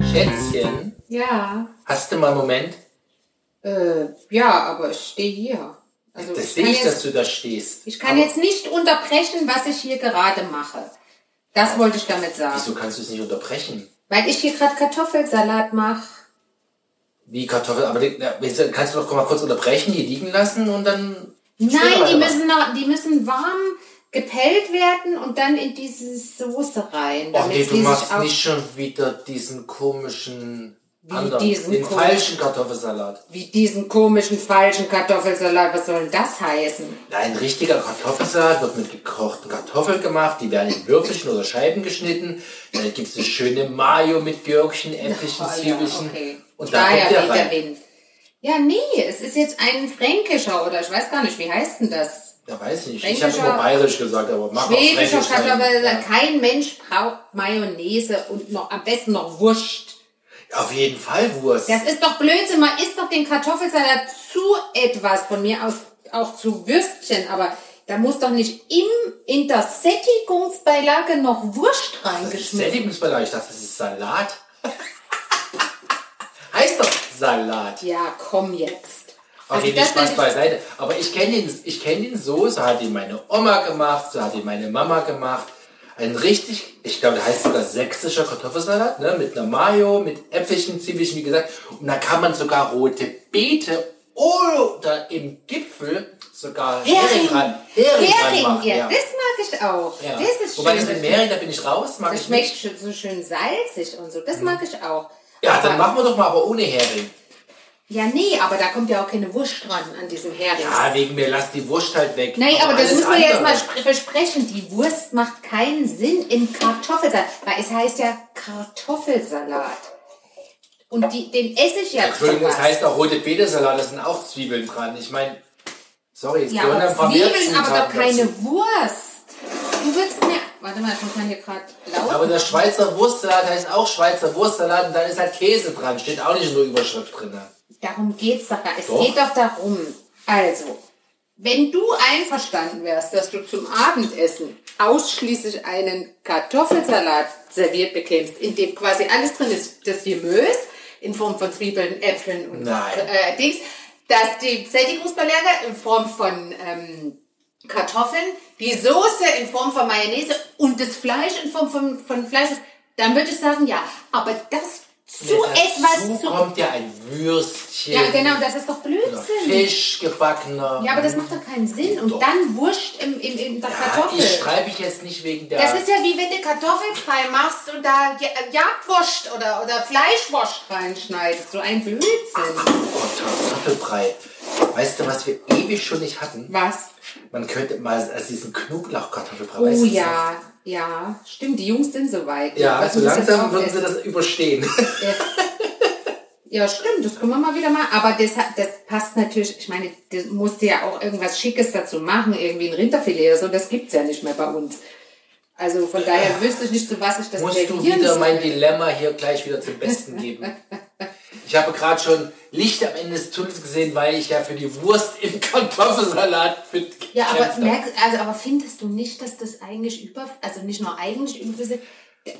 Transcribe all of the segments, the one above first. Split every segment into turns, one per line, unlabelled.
Schätzchen,
Ja.
hast du mal einen Moment?
Äh, ja, aber ich stehe hier. Also
Das
ich
sehe
kann
ich,
jetzt,
dass du da stehst.
ich kann
Aber
jetzt nicht unterbrechen, was ich hier gerade mache. Das wollte ich damit sagen.
Wieso kannst du es nicht unterbrechen?
Weil ich hier gerade Kartoffelsalat mache.
Wie Kartoffeln, aber die, na, willst du- kannst du doch mal kurz unterbrechen, die liegen lassen und dann.
Nein,
später
die
weitermachen.
müssen, noch, die müssen warm gepellt werden und dann in diese Soße rein.
Och
damit
nee, du
sie sich
machst
auch-
nicht schon wieder diesen komischen. anderen,
diesen
den
komischen-
falschen Kartoffelsalat.
Wie diesen komischen, falschen Kartoffelsalat. Was soll denn das heißen?
Ein richtiger Kartoffelsalat wird mit gekochten Kartoffeln gemacht, die werden in Würfelchen oder Scheiben geschnitten. Dann gibt's eine schöne Mayo mit Gürkchen, Äpfelchen,
Ah, ja,
Zwiebelchen.
okay.
Und da kommt der rein.
Wind. Ja, nee, es ist jetzt ein fränkischer oder ich weiß gar nicht, wie heißt denn das?
Da weiß ich nicht. Ich habe
Fränkischer-
immer bayerisch gesagt, aber mach auch
Schwäbischer
fränkisch rein.
Kartoffelsalat. Kein Mensch braucht Mayonnaise und noch, am besten noch Wurst.
Ja, Auf jeden Fall Wurst.
Das ist doch Blödsinn. Man isst doch den Kartoffelsalat zu etwas, von mir aus auch zu Würstchen, aber da muss doch nicht im, in der Sättigungsbeilage noch Wurst
Das ist
reingeschmissen
Sättigungsbelag. Ich dachte, das ist Salat. heißt doch Salat.
Ja, komm jetzt. Also
Okay,
das
nicht Spaß
ist-
beiseite. Aber ich kenne ihn, ich kenne ihn so, so hat ihn meine Oma gemacht, so hat ihn meine Mama gemacht. Ein richtig, ich glaube, der heißt sogar sächsischer Kartoffelsalat, ne? Mit einer Mayo, mit Äpfelchen, Zwiebeln, wie gesagt. Und da kann man sogar rote Beete oder im Gipfel sogar Hering, dran, Hering,
Hering,
dran machen.
ja,
Ja.
das mag ich auch.
Ja.
Das ist
Wobei das
schön.
mit Hering, da bin ich raus, mag
Das
ich nicht. Hm.
schmeckt schon so schön salzig und so. Das mag ich auch.
Ja, dann
Aber-
machen wir doch mal, aber ohne Hering.
Ja, nee, aber da kommt ja auch keine Wurst dran an diesem Hering.
Ja, wegen mir, lass die Wurst halt weg.
Nee, aber das
alles
müssen wir jetzt
andere.
mal spr- besprechen. Die Wurst macht keinen Sinn im Kartoffelsalat, weil es heißt ja Kartoffelsalat. Und die, den esse ich ja zu
Entschuldigung, das
was.
heißt auch rote Betesalat, da sind auch Zwiebeln dran. Ich meine, sorry, es
Ja,
gehören ein paar
aber
mehr
Zwiebeln, aber doch
Zutaten
keine
dazu.
Wurst. Du würdest mir... Warte mal, ich muss mal hier gerade laut
Aber der Schweizer Wurstsalat heißt auch Schweizer Wurstsalat und dann ist halt Käse dran. Steht auch nicht in der Überschrift drin.
Darum geht's doch gar Es
Doch.
geht doch darum. Also, wenn du einverstanden wärst, dass du zum Abendessen ausschließlich einen Kartoffelsalat serviert bekämst, in dem quasi alles drin ist, das Gemüse in Form von Zwiebeln, Äpfeln und
Nein.
Äh, Dings, dass die Sättigungsbeilage in Form von ähm, Kartoffeln, die Soße in Form von Mayonnaise und das Fleisch in Form von, von Fleisch, dann würde ich sagen, ja. Aber das zu
Ja, dazu
etwas zu
kommt ja ein Würstchen.
ja, genau, das ist doch
oder
Blödsinn.
Fisch gebackener.
Ja, aber das macht doch keinen Sinn. Und
Doch.
dann Wurst im, im, in der
ja,
Kartoffel.
ich schreibe ich jetzt nicht wegen der.
Das ist ja wie wenn du Kartoffelbrei machst und da Ja- äh, Jagdwurst oder, oder Fleischwurst reinschneidest. So ein Blödsinn.
oh, Kartoffelbrei. Weißt du, was wir ewig schon nicht hatten?
Was?
Man könnte mal also diesen Knoblauchkartoffelbrei.
Oh
weißt du, das noch?
ja, ja. Stimmt, die Jungs sind soweit.
Ja,
Was
also
muss jetzt
langsam
auch
würden
essen?
sie das überstehen.
Ja, stimmt, das können wir mal wieder mal. Aber das, hat- das passt natürlich, ich meine, du musst ja auch irgendwas Schickes dazu machen, irgendwie ein Rinderfilet oder so, das gibt's ja nicht mehr bei uns. Also von daher wüsste ich nicht, zu was ich das
Musst du
servieren
wieder
soll.
mein Dilemma hier gleich wieder zum Besten geben. Ich habe gerade schon Licht am Ende des Tunnels gesehen, weil ich ja für die Wurst im Kartoffelsalat mit
Ja, aber,
gekämpft habe.
merk, also, aber findest du nicht, dass das eigentlich über, also nicht nur eigentlich über, dass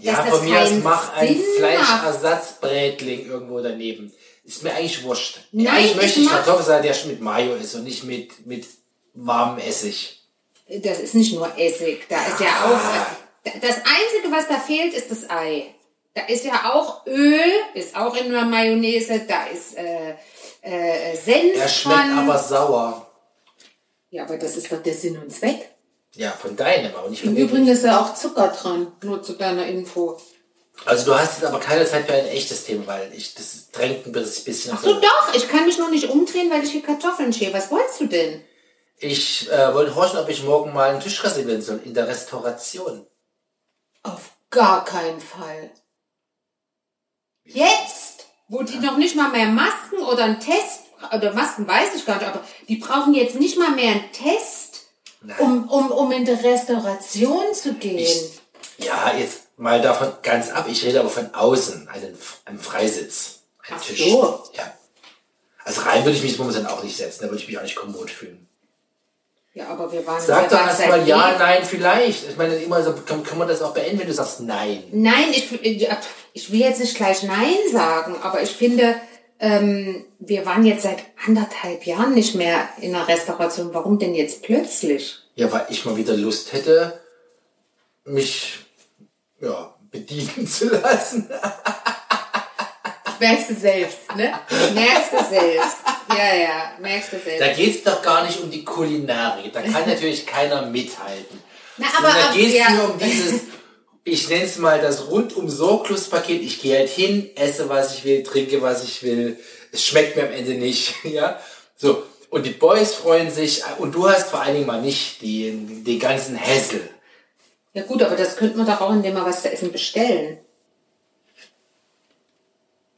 Ja,
das
von mir aus
keinen
mach ein
Sinn macht?
Fleischersatzbrätling irgendwo daneben. Ist mir eigentlich wurscht.
Nein,
eigentlich möchte
ich
ich
mach-
Kartoffelsalat, der schon mit Mayo ist und nicht mit, mit warmem Essig.
Das ist nicht nur Essig, da ist ja auch. Das Einzige, was da fehlt, ist das Ei. Da ist ja auch Öl, ist auch in der Mayonnaise, da ist äh, äh, Senf.
Der schmeckt
dran.
aber sauer.
Ja, aber das ist doch der Sinn und Zweck.
Ja, von deinem, aber nicht von
Im
mir.
Übrigen ist ja auch Zucker dran, nur zu deiner Info.
Also du hast jetzt aber keine Zeit für ein echtes Thema, weil ich das drängt ein bisschen.
So doch, ich kann mich nur nicht umdrehen, weil ich hier Kartoffeln schäle. Was wolltest du denn?
Ich äh, wollte horchen, ob ich morgen mal einen Tisch reservieren soll in der Restauration.
Auf gar keinen Fall. Jetzt, wo die noch nicht mal mehr Masken oder einen Test, oder Masken weiß ich gar nicht, aber die brauchen jetzt nicht mal mehr einen Test,
Nein.
um, um, um in die Restauration zu gehen.
Ich, ja, jetzt mal davon ganz ab. Ich rede aber von außen, einen, einen Freisitz, einen
Ach
Tisch.
so.
Ja. Also rein würde ich mich momentan auch nicht setzen, da würde ich mich auch nicht kommod fühlen.
Ja, aber wir waren
Sag
wir
doch
waren
erstmal
seit
ja,
eh-
nein, vielleicht. Ich meine, immer so, kann, kann man das auch beenden, wenn du sagst nein.
Nein, ich, ich will jetzt nicht gleich Nein sagen, aber ich finde, ähm, wir waren jetzt seit anderthalb Jahren nicht mehr in einer Restauration. Warum denn jetzt plötzlich?
Ja, weil ich mal wieder Lust hätte, mich ja, bedienen zu lassen.
Merkst du selbst, ne? Merkst du selbst. Ja, ja, merkst du selbst.
Da geht's doch gar nicht um die Kulinarik. Da kann natürlich keiner mithalten.
Na,
aber,
aber-
da
aber-
geht's
ja.
nur um dieses, ich nenne es mal das rundum sorglos Paket. Ich gehe halt hin, esse was ich will, trinke was ich will. Es schmeckt mir am Ende nicht, ja. So und die Boys freuen sich und du hast vor allen Dingen mal nicht den, den ganzen Hassel.
Ja gut, aber das könnte man doch auch, indem wir was zu essen bestellen.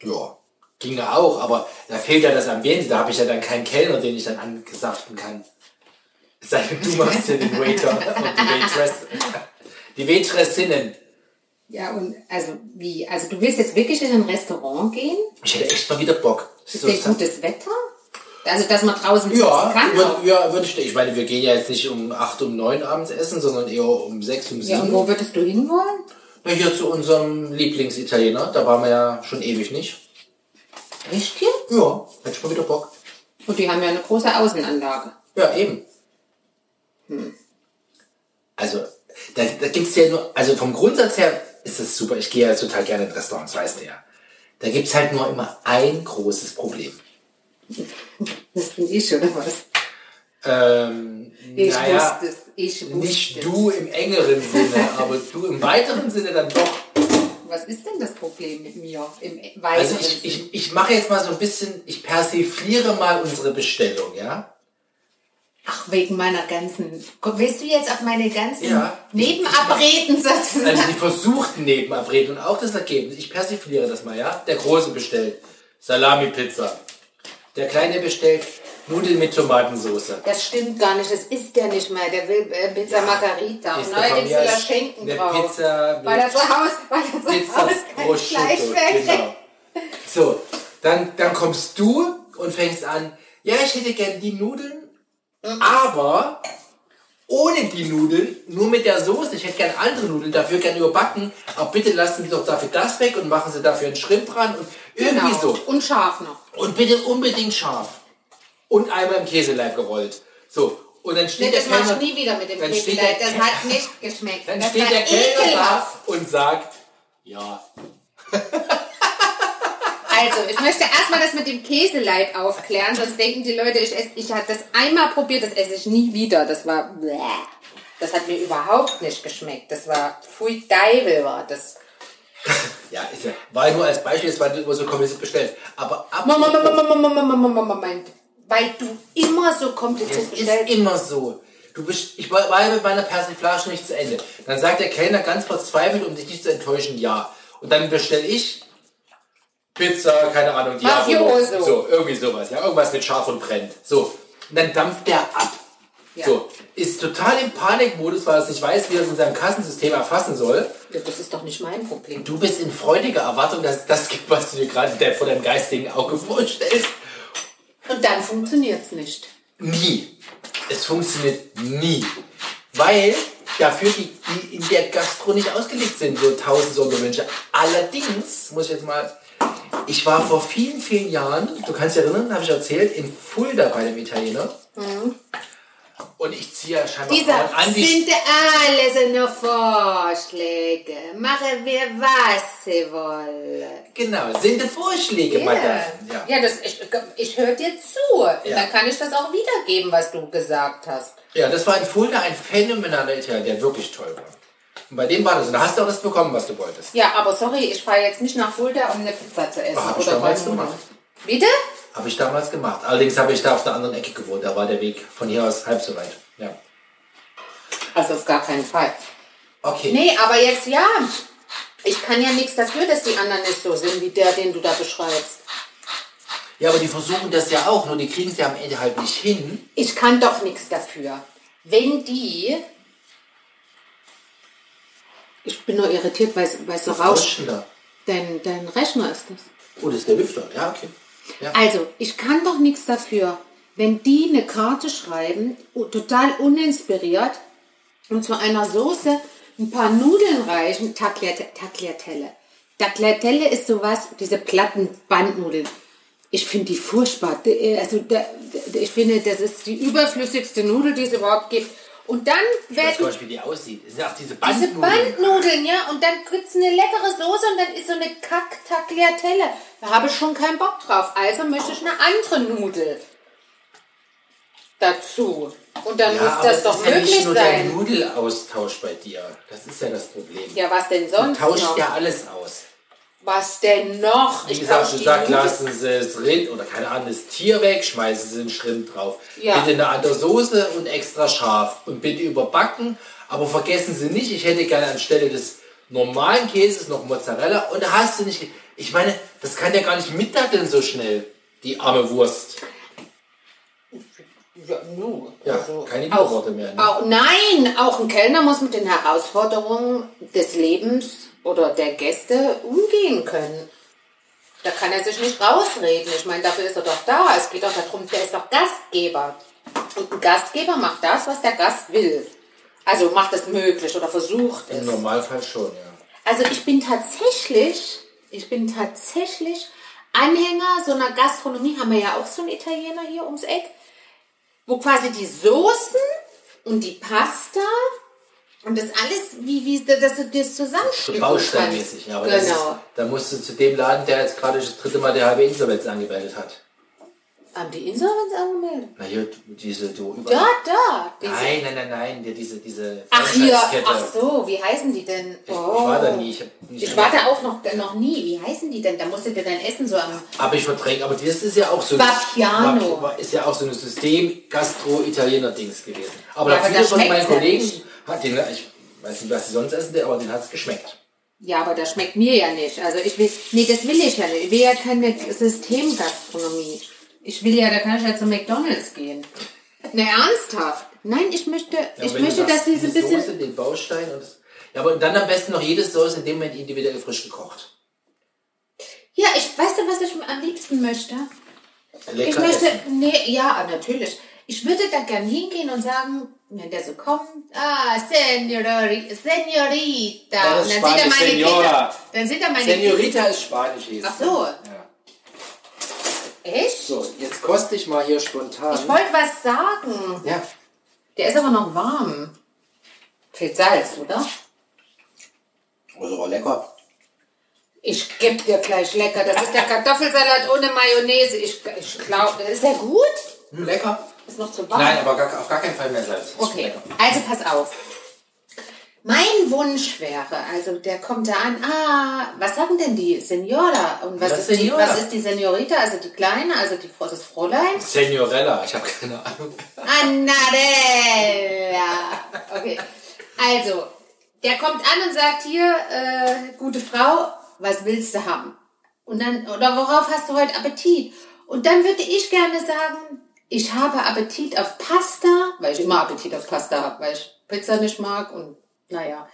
Ja, ging ja auch, aber da fehlt ja das Ambiente. Da habe ich ja dann keinen Kellner, den ich dann angesaften kann. Es sei denn, du machst ja den Waiter und die Waitress. Die Waitressinnen.
Ja, und also wie? Also du willst jetzt wirklich in ein Restaurant gehen?
Ich hätte echt mal wieder Bock.
Ist
So,
denn
es hat-
gutes Wetter? Also dass man draußen
ja,
sitzen kann?
würd, ja, würde ich. Ich meine, wir gehen ja jetzt nicht um 8, um 9 abends essen, sondern eher um 6, um
ja,
7.
und wo würdest du hinwollen?
Na, hier zu unserem Lieblingsitaliener. Da waren wir ja schon ewig nicht.
Echt jetzt?
Ja, hätte ich mal wieder Bock.
Und die haben ja eine große Außenanlage.
Ja, eben.
Hm.
Also, da, da gibt's ja nur, also vom Grundsatz her ist es super. Ich gehe ja total gerne in Restaurants, weißt du ja. Da gibt's halt nur immer ein großes Problem.
Das bin ich oder was?
Ähm,
Ich
naja,
wusste es. Ich wusste
nicht
es.
du im engeren Sinne, aber du im weiteren Sinne dann doch.
Was ist denn das Problem mit mir im weiteren
Also ich, ich, ich mache jetzt mal so ein bisschen, ich persifliere mal unsere Bestellung, ja?
Ach, wegen meiner ganzen... Komm, Willst du jetzt auf meine ganzen
Ja.
Nebenabreden sozusagen?
Also die versuchten Nebenabreden und auch das Ergebnis. Ich persifliere das mal, ja? Der Große bestellt Salami-Pizza. Der Kleine bestellt Nudeln mit Tomatensauce.
Das stimmt gar nicht, das ist der nicht mehr. Der will äh, Pizza Margarita.
ist
Und
der
neu
von
gibt's
mir
sogar
als
Schenken
eine
drauf.
Pizza mit
weil er zu Hause, weil er zu
Pizza
Hause kein Fleisch
Prosciutto,
mehr kriegt.
genau. So, dann, dann kommst du und fängst an, ja, ich hätte gern die Nudeln,
Mhm.
aber ohne die Nudeln, nur mit der Soße. Ich hätte gern andere Nudeln, dafür gern überbacken, aber bitte lassen Sie doch dafür das weg und machen Sie dafür einen Schrimp ran und irgendwie
Genau.
so.
Und scharf noch.
Und bitte unbedingt scharf. Und einmal im Käseleib gerollt. So. Und dann
Nee,
steht
das
der
mach
Kellner.
ich nie wieder mit dem
dann steht
Käseleib.
der-
Das hat nicht geschmeckt.
Dann
das
steht
war
der Kellner da
ekelhaft.
und sagt, ja.
Also, ich möchte erstmal das mit dem Käseleib aufklären, sonst denken die Leute, ich, esse, ich habe das einmal probiert, das esse ich nie wieder. Das war. Bläh. Das hat mir überhaupt nicht geschmeckt. Das war. Pfui Deibel war das.
Ja, ist ja, war nur als Beispiel, jetzt, weil du immer so kompliziert bestellst. Aber ab
Mama, Mama, Mama, Mama, Mama, Mama, Moment. Weil du immer so kompliziert
es
bestellst.
ist immer so. Du bist, ich war, war ja mit meiner Persiflage nicht zu Ende. Dann sagt der Kellner ganz verzweifelt, um dich nicht zu enttäuschen, ja. Und dann bestelle ich Pizza, keine Ahnung, Diavolo.
Mafioso.
So, irgendwie sowas. Ja, irgendwas mit scharf und brennt. So. Und dann dampft der ab.
Ja.
So. Ist total im Panikmodus, weil er es nicht weiß, wie er es in seinem Kassensystem erfassen soll.
Ja, das ist doch nicht mein Problem.
Du bist in freudiger Erwartung, dass es das gibt, was du dir gerade de- vor deinem geistigen Auge vorstellst.
Und dann funktioniert's nicht.
Nie. Es funktioniert nie. Weil dafür die, die in der Gastro nicht ausgelegt sind, so tausend Sonderwünsche. Allerdings, muss ich jetzt mal, ich war vor vielen, vielen Jahren, du kannst dich erinnern, habe ich erzählt, in Fulda bei dem Italiener. Und ich ziehe ja scheinbar
Mhm. Dieser
Frauen an, die
sind alles nur Vorschläge. Machen wir, was sie wollen.
genau, sind die Vorschläge,
Ja.
Madame. Ja.
Ja, das, ich, ich höre dir zu. Und
Ja.
Dann kann ich das auch wiedergeben, was du gesagt hast.
Ja, das war in Fulda ein phänomenaler Italiener, der wirklich toll war. Und bei dem war das. Und da hast du auch das bekommen, was du wolltest.
Ja, aber sorry, ich fahre jetzt nicht nach Fulda, um eine Pizza zu essen.
Hab ich
oder
damals
was
gemacht.
Bitte?
Habe ich damals gemacht. Allerdings habe ich da auf der anderen Ecke gewohnt. Da war der Weg von hier aus halb so weit. Ja.
Also auf gar keinen Fall.
Okay.
Nee, aber jetzt ja. Ich kann ja nichts dafür, dass die anderen nicht so sind wie der, den du da beschreibst.
Ja, aber die versuchen das ja auch, nur die kriegen es ja am Ende halt nicht hin.
Ich kann doch nichts dafür. Wenn die. Ich bin nur irritiert, weil es- weil es so rauscht.
Rauschen da.
Dein, dein Rechner ist das.
Oh, das ist der Lüfter. Ja, okay.
Also, ich kann doch nichts dafür, wenn die eine Karte schreiben, u- total uninspiriert und zu einer Soße ein paar Nudeln reichen, Tagliate- Tagliatelle. Tagliatelle ist sowas, diese platten Bandnudeln. Ich finde die furchtbar. D- Also da- d- ich finde, das ist die überflüssigste Nudel, die es überhaupt gibt. Und dann
Ich weiß
werden
gar nicht, wie die aussieht. Das sind auch diese
diese
Bandnudeln.
Also Bandnudeln, ja, und dann gibt's eine leckere Soße und dann ist so eine Kack-Tagliatelle. Da habe ich schon keinen Bock drauf. Also möchte ich eine andere Nudel dazu. Und dann
ja,
muss
aber
das
es
doch
ist ja
möglich
nicht nur der
sein.
Nudelaustausch bei dir. Das ist ja das Problem.
Ja, was denn
Du
sonst
tauscht
noch?
ja alles aus.
Was denn noch?
Wie gesagt,
tausch
du
die
sagst,
Nudel-
lassen sie das Rind oder keine Ahnung, das Tier weg, schmeißen sie den Shrimp drauf.
Ja.
Bitte eine andere Soße und extra scharf. Und bitte überbacken. Aber vergessen Sie nicht, ich hätte gerne anstelle des normalen Käses noch Mozzarella. Und da hast du nicht... ge- Ich meine, das kann ja gar nicht mitdatteln so schnell, die arme Wurst.
Ja, nu. Also
Ja, keine Widerworte mehr. Ne?
Auch, nein, auch ein Kellner muss mit den Herausforderungen des Lebens oder der Gäste umgehen können. Da kann er sich nicht rausreden. Ich meine, dafür ist er doch da. Es geht doch darum, der ist doch Gastgeber. Und ein Gastgeber macht das, was der Gast will. Also macht es möglich oder versucht es.
Im Normalfall schon, ja.
Also ich bin tatsächlich, ich bin tatsächlich Anhänger so einer Gastronomie, haben wir ja auch so einen Italiener hier ums Eck, wo quasi die Soßen und die Pasta und das alles, wie, wie dass du das
So
zusammenstücken
bausteinmäßig, ja. Aber das ist,
genau.
da musst du zu dem Laden, der jetzt gerade das dritte Mal der halbe Insolvenz angemeldet hat.
Haben die Insolvenz angemeldet?
Na hier, diese, du über.
Da, da. diese-
Nein, nein, nein, nein, der, diese, diese
Ach hier,
Franchise-Kette.
ach so, wie heißen die denn?
Ich,
Oh.
ich war da nie, ich hab nicht
Ich war da auch noch, noch nie. Wie heißen die denn? Da musst du dir dein Essen so am
Aber ich verdränge, aber das ist ja auch so
Vapiano.
Vapi- ist ja auch so ein System Gastro-Italiener-Dings gewesen. Aber
Ja,
da
aber
viele
da
von meinen
schmeckt's ja
Kollegen
nicht.
hat den, ich weiß nicht, was sie sonst essen, aber den hat es geschmeckt.
Ja, aber das schmeckt mir ja nicht. Also ich will, nee, das will ich ja nicht. Ich will ja keine Systemgastronomie. Ich will ja, da kann ich ja zu McDonalds gehen. Ne, ernsthaft? Nein, ich möchte,
Ja,
ich
wenn du
möchte,
sagst,
dass diese bisschen,
Soße, den Baustein und das, ja, aber dann am besten noch jedes Soße in dem Moment individuell frisch gekocht.
ja, ich, weißt du, was ich am liebsten möchte?
Äh, Lecker
Ich möchte,
essen.
nee, ja, natürlich. Ich würde da gern hingehen und sagen, wenn der so kommt, ah, Senorita, Senorita.
Ja,
dann
das
sieht
ist
er meine
Spanisch, Senora.
Kinder. Dann sieht er meine Kinder.
Senorita ist Spanisch. hieß
Ach
es.
so.
Ja.
Echt?
So, jetzt koste ich mal hier spontan.
Ich wollte was sagen.
ja.
Der ist aber noch warm. Fehlt Salz, oder?
Also war lecker.
Ich geb dir gleich lecker. Das ist der Kartoffelsalat ohne Mayonnaise. Ich, ich glaube, ist der gut?
Hm, lecker.
Ist noch zu warm.
Nein, aber gar, auf gar keinen Fall mehr Salz. Das ist
Okay,
lecker.
also pass auf. Mein Wunsch wäre, also der kommt da an, ah, was sagen denn die Senora? Und was,
Was
ist,
Senora?
Die, was ist die Senorita, also die Kleine, also die, das Fräulein?
Senorella, ich habe keine Ahnung.
Annarella. Okay. Also, der kommt an und sagt hier, äh, gute Frau, was willst du haben? Und dann, oder worauf hast du heute Appetit? Und dann würde ich gerne sagen, ich habe Appetit auf Pasta, weil ich immer Appetit auf Pasta habe, weil ich Pizza nicht mag und naja.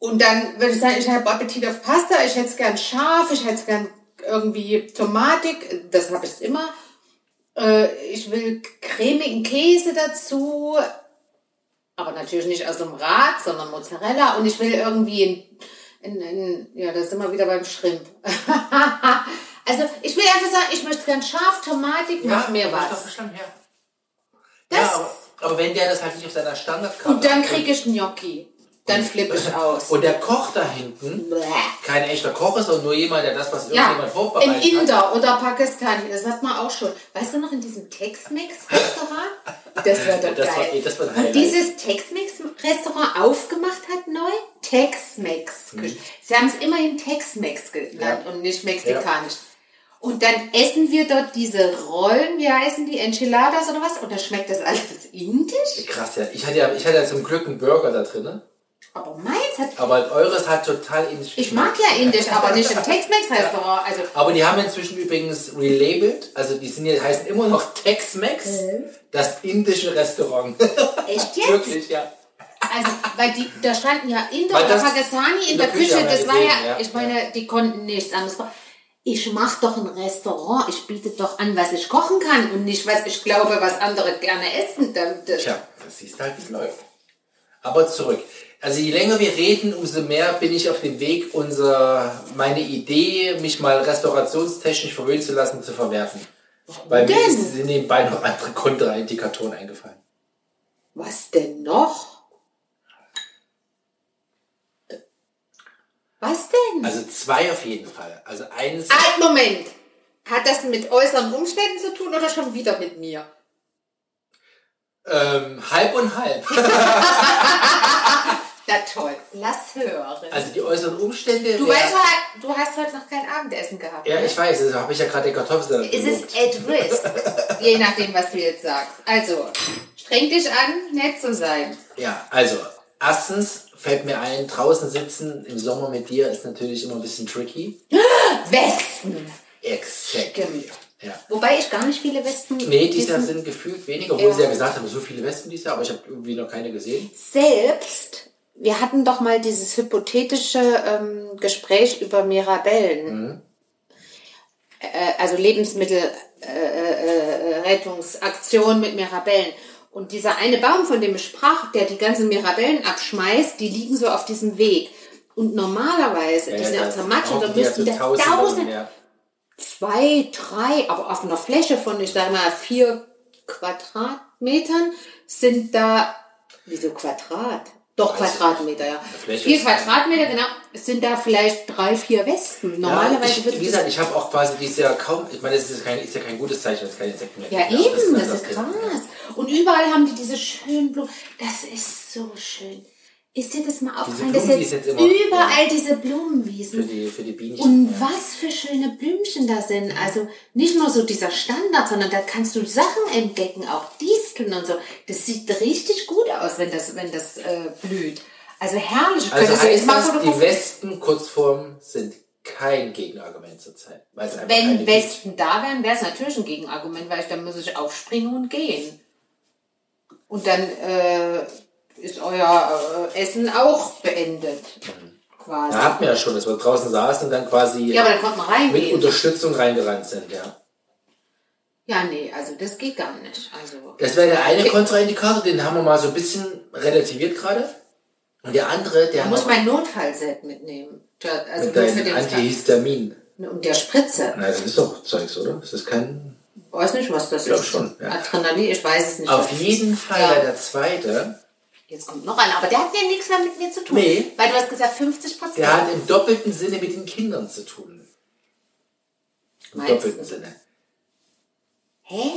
Und dann halt würde ich sagen, ich habe Appetit auf Pasta, ich hätte es gern scharf, ich hätte es gern irgendwie Tomatik, das habe ich immer. Äh, ich will cremigen Käse dazu, aber natürlich nicht aus dem Rad, sondern Mozzarella. Und ich will irgendwie ein, ein, ein ja, da sind wir wieder beim Shrimp. also ich will einfach sagen, ich möchte gern scharf, Tomatik, mach mir was.
Verstanden, ja.
Das-
ja aber, aber wenn der das halt nicht auf seiner Standardkarte
Und dann
hat
kriege ich Gnocchi. Dann flippe ich aus.
und der Koch da hinten
Bäh.
kein echter Koch ist, sondern nur jemand, der das, was
Ja,
irgendjemand
in
vorbereitet hat.
Inder oder Pakistan, das hat man auch schon. Weißt du noch, in diesem Tex-Mex-Restaurant? Das war doch
Das war-
geil.
das war ein
Und
Highlight.
dieses Tex-Mex-Restaurant aufgemacht hat neu? Tex-Mex. Sie haben es immerhin Tex-Mex genannt
Mhm. Ja.
und nicht mexikanisch. Und dann essen wir dort diese Rollen, wie heißen die, Enchiladas oder was? Und dann schmeckt das alles indisch?
Krass, ja. Ich hatte ja, ich hatte ja zum Glück einen Burger da drin, ne?
Aber meins hat...
aber eures hat total ähnlich
Ich
geschmeckt.
mag ja indisch, aber nicht im Tex-Mex-Restaurant. Also
Aber die haben inzwischen übrigens relabelt, also die sind jetzt, heißen immer noch Tex-Mex,
Äh.
das indische Restaurant.
echt jetzt?
Wirklich, ja.
Also, weil die, da standen ja Inder
Weil
oder
das
Pakistani in,
in
der
der
Küche,
Küche haben wir
das war
gesehen,
ja,
ja.
ich meine, die konnten nichts anderes. ich mache doch ein Restaurant, ich biete doch an, was ich kochen kann und nicht, was ich glaube, was andere gerne essen. Dann- das-
Tja, das siehst halt, wie es läuft. Aber zurück. Also je länger wir reden, umso mehr bin ich auf dem Weg, unser, meine Idee, mich mal restaurationstechnisch verwöhnen zu lassen, zu verwerfen. Weil mir
denn?
ist nebenbei noch andere Kontraindikatoren eingefallen.
Was denn noch? Was denn?
Also zwei auf jeden Fall. Also eins.
Ein Moment! Hat das mit äußeren Umständen zu tun oder schon wieder mit mir?
Ähm, halb und halb.
Na toll, lass hören.
Also die äußeren Umstände.
du,
wär-
weißt, halt, du hast heute noch kein Abendessen gehabt.
Ja,
ne?
ich weiß, also habe ich ja gerade den Kartoffelsalat
Es
gelobt.
ist at risk, je nachdem, was du jetzt sagst. Also, streng dich an, nett zu sein.
Ja, also, erstens fällt mir ein, draußen sitzen im Sommer mit dir ist natürlich immer ein bisschen tricky.
Westen!
Exakt.
Stimmt.
Ja.
Wobei ich gar nicht viele Westen
Nee, dieses Jahr
wissen.
sind gefühlt weniger, obwohl
Ja.
sie ja gesagt haben, so viele Wespen dieses Jahr, aber ich habe irgendwie noch keine gesehen.
Selbst, wir hatten doch mal dieses hypothetische ähm, Gespräch über Mirabellen. Äh, also Lebensmittelrettungsaktion äh, äh, Rettungsaktion mit Mirabellen. Und dieser eine Baum, von dem ich sprach, der die ganzen Mirabellen abschmeißt, die liegen so auf diesem Weg. Und normalerweise, die sind ja auch
da
zermatscht und da
hocken die zu
müssten da
Tausenden
tausend,
mehr.
zwei, drei, aber auf einer Fläche von, ich sage mal, vier Quadratmetern sind da, wieso Quadrat? Doch,
Weiß ich
Quadratmeter, ja.
Eine Fläche
Vier
ist-
Quadratmeter, genau, sind da vielleicht drei, vier Wespen.
Ja,
Normalerweise
ich,
wird
wie gesagt, ich habe auch quasi dieses Jahr kaum, ich meine, es ist, kein, ist ja kein gutes Zeichen, dass es keine Insekten mehr
Ja,
gibt.
eben,
dann
das, ist
Ding.
krass. Und überall haben die diese schönen Blumen. Das ist so schön. Ist dir das mal aufgefallen, dass
Blumen, die
jetzt,
es jetzt immer-
überall diese
Für
Blumenwiesen
die, für die Bienchen.
Und was für schöne Blümchen da sind. Also nicht nur so dieser Standard, sondern da kannst du Sachen entdecken, auch Disteln und so. Das sieht richtig gut aus, wenn das, wenn das äh, blüht. Also herrlich.
also
Könntest du jetzt
heißt
mal
das, die
fotografieren.
Wespen kurzform sind kein Gegenargument zurzeit. Weil es einfach keine
wenn
gibt.
Wespen da wären, wäre es natürlich ein Gegenargument, weil ich, dann muss ich aufspringen und gehen. Und dann äh, ist euer äh, Essen auch beendet. Quasi.
Da hatten wir ja schon, dass wir draußen saßen und dann quasi
Ja, aber dann kommt man
mit
reingehen.
Unterstützung reingerannt sind, ja.
Ja, nee, also das geht gar nicht. Also.
Das wäre der eine Kontraindikator, den haben wir mal so ein bisschen relativiert gerade. Und der andere, der
Ich muss mein Notfallset mitnehmen. Da- Also
mit
bloß
deinen
mit dem
Antihistamin.
Sta- und der Spritze.
Na, das ist doch Zeugs, oder? Das ist kein.
Ich weiß nicht, was das
Glaub
ist.
schon, ja.
Adrenalin, ich weiß es nicht.
Auf
was es
jeden
ist.
Fall
Ja.
ja. der zweite.
Jetzt kommt noch einer, aber der hat ja nichts mehr mit mir zu tun.
Nee.
Weil du hast gesagt 50 Prozent.
Der hat im doppelten Sinne mit den Kindern zu tun. Im
Meinst
doppelten
du?
Sinne.
Hä?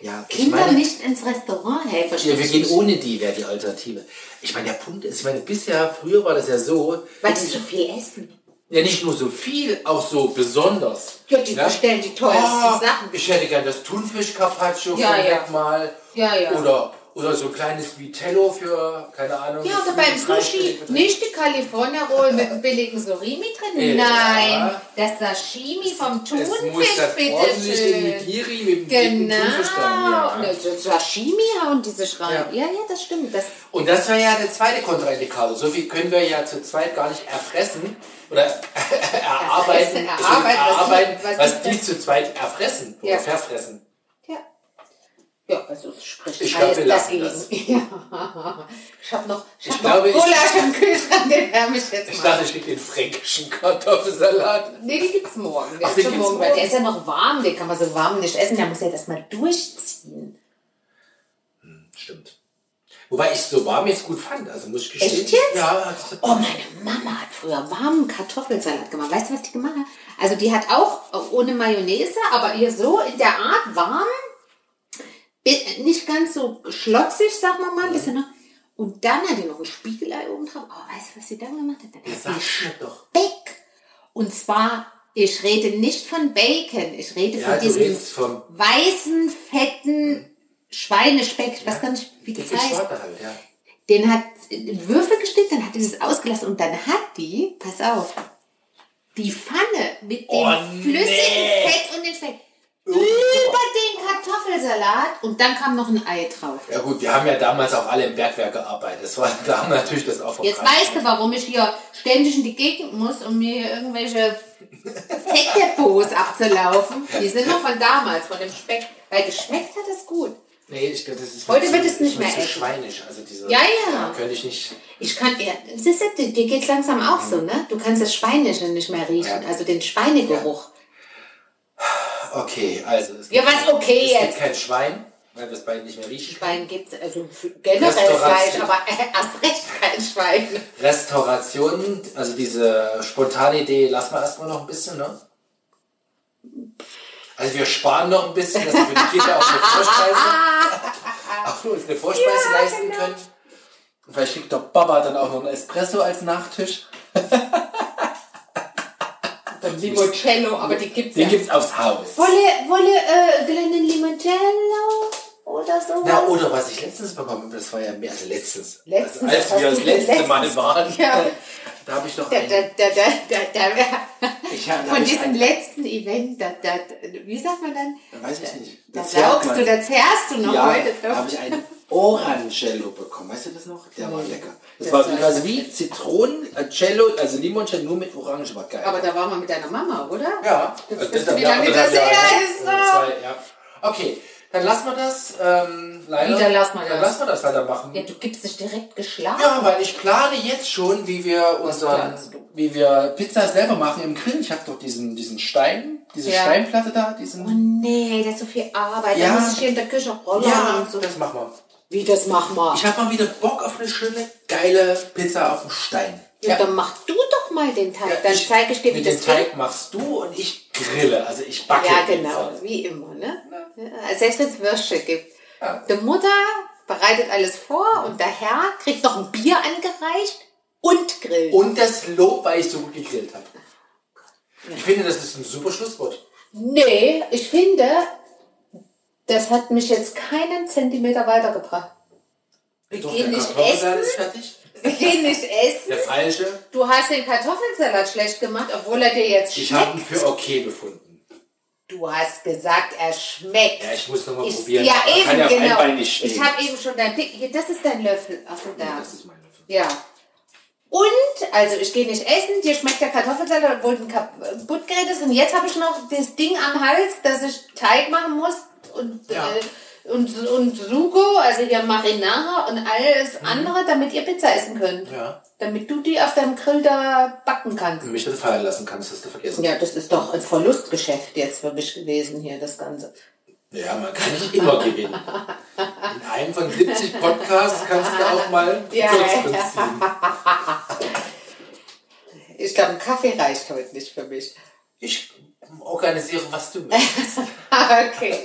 Ja, ich
Kinder
meine-
nicht ins Restaurant, hä? Verstehst
Ja, wir gehen
du?
ohne die, wäre die Alternative. Ich meine, der Punkt ist, ich meine, bisher, früher war das ja so.
Weil die so viel essen.
Ja, nicht nur so viel, auch so besonders.
Ja, die bestellen die teuersten
Ah,
Sachen.
Ich hätte gern das Thunfisch-Carpaccio
Ja,
von
ja.
Wegmal.
Ja, ja.
Oder, oder so ein kleines Vitello für, keine Ahnung.
Ja,
für
aber beim
35
Sushi
Euro.
nicht die California Roll mit einem billigen Surimi drin.
Ja.
Nein, das Sashimi vom
Es
Thunfisch,
muss das
bitte
ordentlich den
schön.
Nigiri mit dem dicken
Genau.
Thunfisch sein. Ja.
Ne, das Sashimi hauen diese Schreien. Ja. ja, das stimmt. Das,
Und das war ja der zweite Kontraindikator. So viel können wir ja zu zweit gar nicht erfressen oder erarbeiten,
Erfressen,
Entschuldigung,
erarbeiten, was
erarbeiten,
die-
was,
was
die,
die-
zu zweit erfressen oder
Ja.
verfressen.
ja. Ja, also es spricht
Ich glaub,
alles
wir lassen
dagegen. Ja. Ich habe noch, ich
Ich
hab
glaube, ich-
noch Gulasch im Kühlschrank, den wärme ich jetzt mal.
Ich dachte, ich krieg den fränkischen Kartoffelsalat.
nee, den gibt's morgen. Der,
Ach,
ist
den
schon
gibt's
morgen, weil der
morgen.
ist ja noch warm, den kann man so warm nicht essen. Der muss ja das mal durchziehen.
Stimmt. Wobei ich so warm jetzt gut fand, also muss ich gestehen.
Echt jetzt?
Ja, das-
Oh, meine Mama hat früher warmen Kartoffelsalat gemacht. Weißt du, was die gemacht hat? Also die hat auch äh, ohne Mayonnaise, aber ihr so in der Art warm, bi- nicht ganz so schlotzig, sagen wir mal, ein bisschen noch. Und dann hat die noch ein Spiegelei oben drauf. Oh, weißt du, was sie dann gemacht hat? Dann
das
hat sie
sagt mir doch.
Speck. Und zwar, ich rede nicht von Bacon, ich rede
Ja,
von
du
diesem
redest Hm. vom
weißen, fetten Schweinespeck. Ich weiß gar nicht, wie das
dicken
heißt
Schwabe halt, ja.
den hat in Würfel geschnitten, dann hat die das ausgelassen und dann hat die, pass auf, die Pfanne mit dem
Oh,
flüssigen
nee.
Fett und dem Speck über den Kartoffelsalat und dann kam noch ein Ei drauf.
Ja gut, wir haben ja damals auch alle im Bergwerk gearbeitet. Das war da haben wir natürlich das auch
Jetzt
verbrannt.
weißt du, warum ich hier ständig in die Gegend muss und mir um irgendwelche Fettdepots abzulaufen. Die sind noch von damals, von dem Speck. Weil geschmeckt hat es gut.
Nee, ich glaube, das ist
Heute
mir
wird
zu-
es
ist
nicht
mir
mehr
zu
essen.
schweinisch. Also diese,
Ja, ja.
Könnte ich nicht.
Ich kann eher, siehst du, dir geht's langsam auch so, ne? Du kannst das Schweinische nicht mehr riechen,
Ja.
also den Schweinegeruch.
Okay, also. Es
Ja, was okay
es
jetzt?
gibt kein Schwein, weil wir es beide nicht mehr riechen.
Schwein gibt's, also für generell
Restaurants-
Fleisch, aber äh, erst recht kein Schwein.
Restaurationen, also diese spontane Idee, lassen wir erstmal noch ein bisschen, ne? Also wir sparen noch ein bisschen, dass wir für die Kinder auch eine Vorspeise, auch nur uns eine Vorspeise leisten
genau.
können. Und vielleicht kriegt doch Baba dann auch noch einen Espresso als Nachtisch.
Und Limoncello, aber die gibt's
Den
ja.
gibt's aufs Haus.
Wolle, wolle, äh, kleinen Limoncello oder so.
Na, oder was ich letztens bekommen habe, das war ja mehr, also letztens.
Letztens,
also, als
was
wir das
hast du denn
letzte Mal
letztens?
waren,
Ja.
da habe ich doch
Da, da,
einen,
da, da, da, da,
Ich hab- da
von
hab ich
diesem
einen-
letzten Event, da, da, wie sagt man dann?
weiß ich nicht.
Da
Das hört
saugst
man.
du, da zerrst du noch
ja,
heute.
da habe ich einen Orangello bekommen. Weißt du das noch? Der war lecker. Das
Das
war
war-
quasi wie Zitronen, äh, Cello, also Limoncello nur mit Orange war geil.
Aber da waren wir mit deiner Mama, oder?
ja,
Das
also
wissen
hat
wie
ja
lange
anderthalb
das her
Jahre,
ist,
oder Zwei, ja. Okay, dann lassen wir das. Ähm, leider.
Wieder lassen wir
Dann
das.
lassen wir das leider machen.
Ja, du gibst dich direkt geschlagen.
Ja, weil ich plane jetzt schon, wie wir unseren,
planst du?
wie wir Pizza selber machen im Grill. Ich habe doch diesen, diesen Stein, diese
Ja.
Steinplatte da, diesen.
Oh nee, das ist so viel Arbeit.
Ja.
Da muss ich hier in der Küche rollen
ja,
und so.
das machen wir.
Wie das machen wir?
Ich habe mal wieder Bock auf eine schöne, geile Pizza auf dem Stein.
ja. Dann mach du doch mal den Teig. Dann zeige ich dir, wie
mit
das
Den
geht.
Teig machst du und ich grille. Also ich backe.
Ja,
Pizza.
genau. Wie immer, ne? Ja. Selbst wenn es Würstchen gibt. Die Mutter bereitet alles vor und der Herr kriegt noch ein Bier angereicht und grillt.
Und das Lob, weil ich so gut gegrillt habe. Ich finde, das ist ein super Schlusswort.
Nee, ich finde, das hat mich jetzt keinen Zentimeter weitergebracht. Wir
Doch,
gehen
der
nicht
Kartoffelsalat
essen.
Ist fertig.
Wir gehen nicht essen.
Der falsche.
Du hast den Kartoffelsalat schlecht gemacht, obwohl er dir jetzt
Ich
schmeckt.
habe ihn für okay befunden.
Du hast gesagt, er schmeckt.
Ja, ich muss noch mal
Ich-
probieren.
Ja,
Man
eben,
kann ja auf
genau.
einem Bein nicht stehen.
ich habe eben schon dein Pick. hier, Das ist dein Löffel. Achso, da.
Das ist mein Löffel.
Ja. Und, also ich gehe nicht essen, dir schmeckt der Kartoffelsalat, obwohl du ein kaputt gerät ist. Und jetzt habe ich noch das Ding am Hals, dass ich Teig machen muss und,
Ja.
äh, und, und Sugo, also hier Marinara und alles andere, damit ihr Pizza essen könnt.
Mhm. Ja.
Damit du die auf deinem Grill da backen kannst.
Wenn du mich dann fallen lassen kannst, hast du vergessen.
Ja, das ist doch ein Verlustgeschäft jetzt für mich gewesen hier, das Ganze.
Ja, man kann nicht immer gewinnen. In einem von 70 Podcasts kannst du auch mal
Ja.
Kürzeren ziehen.
Ich glaube, ein Kaffee reicht heute nicht für mich.
Ich organisiere, was du möchtest.
Okay.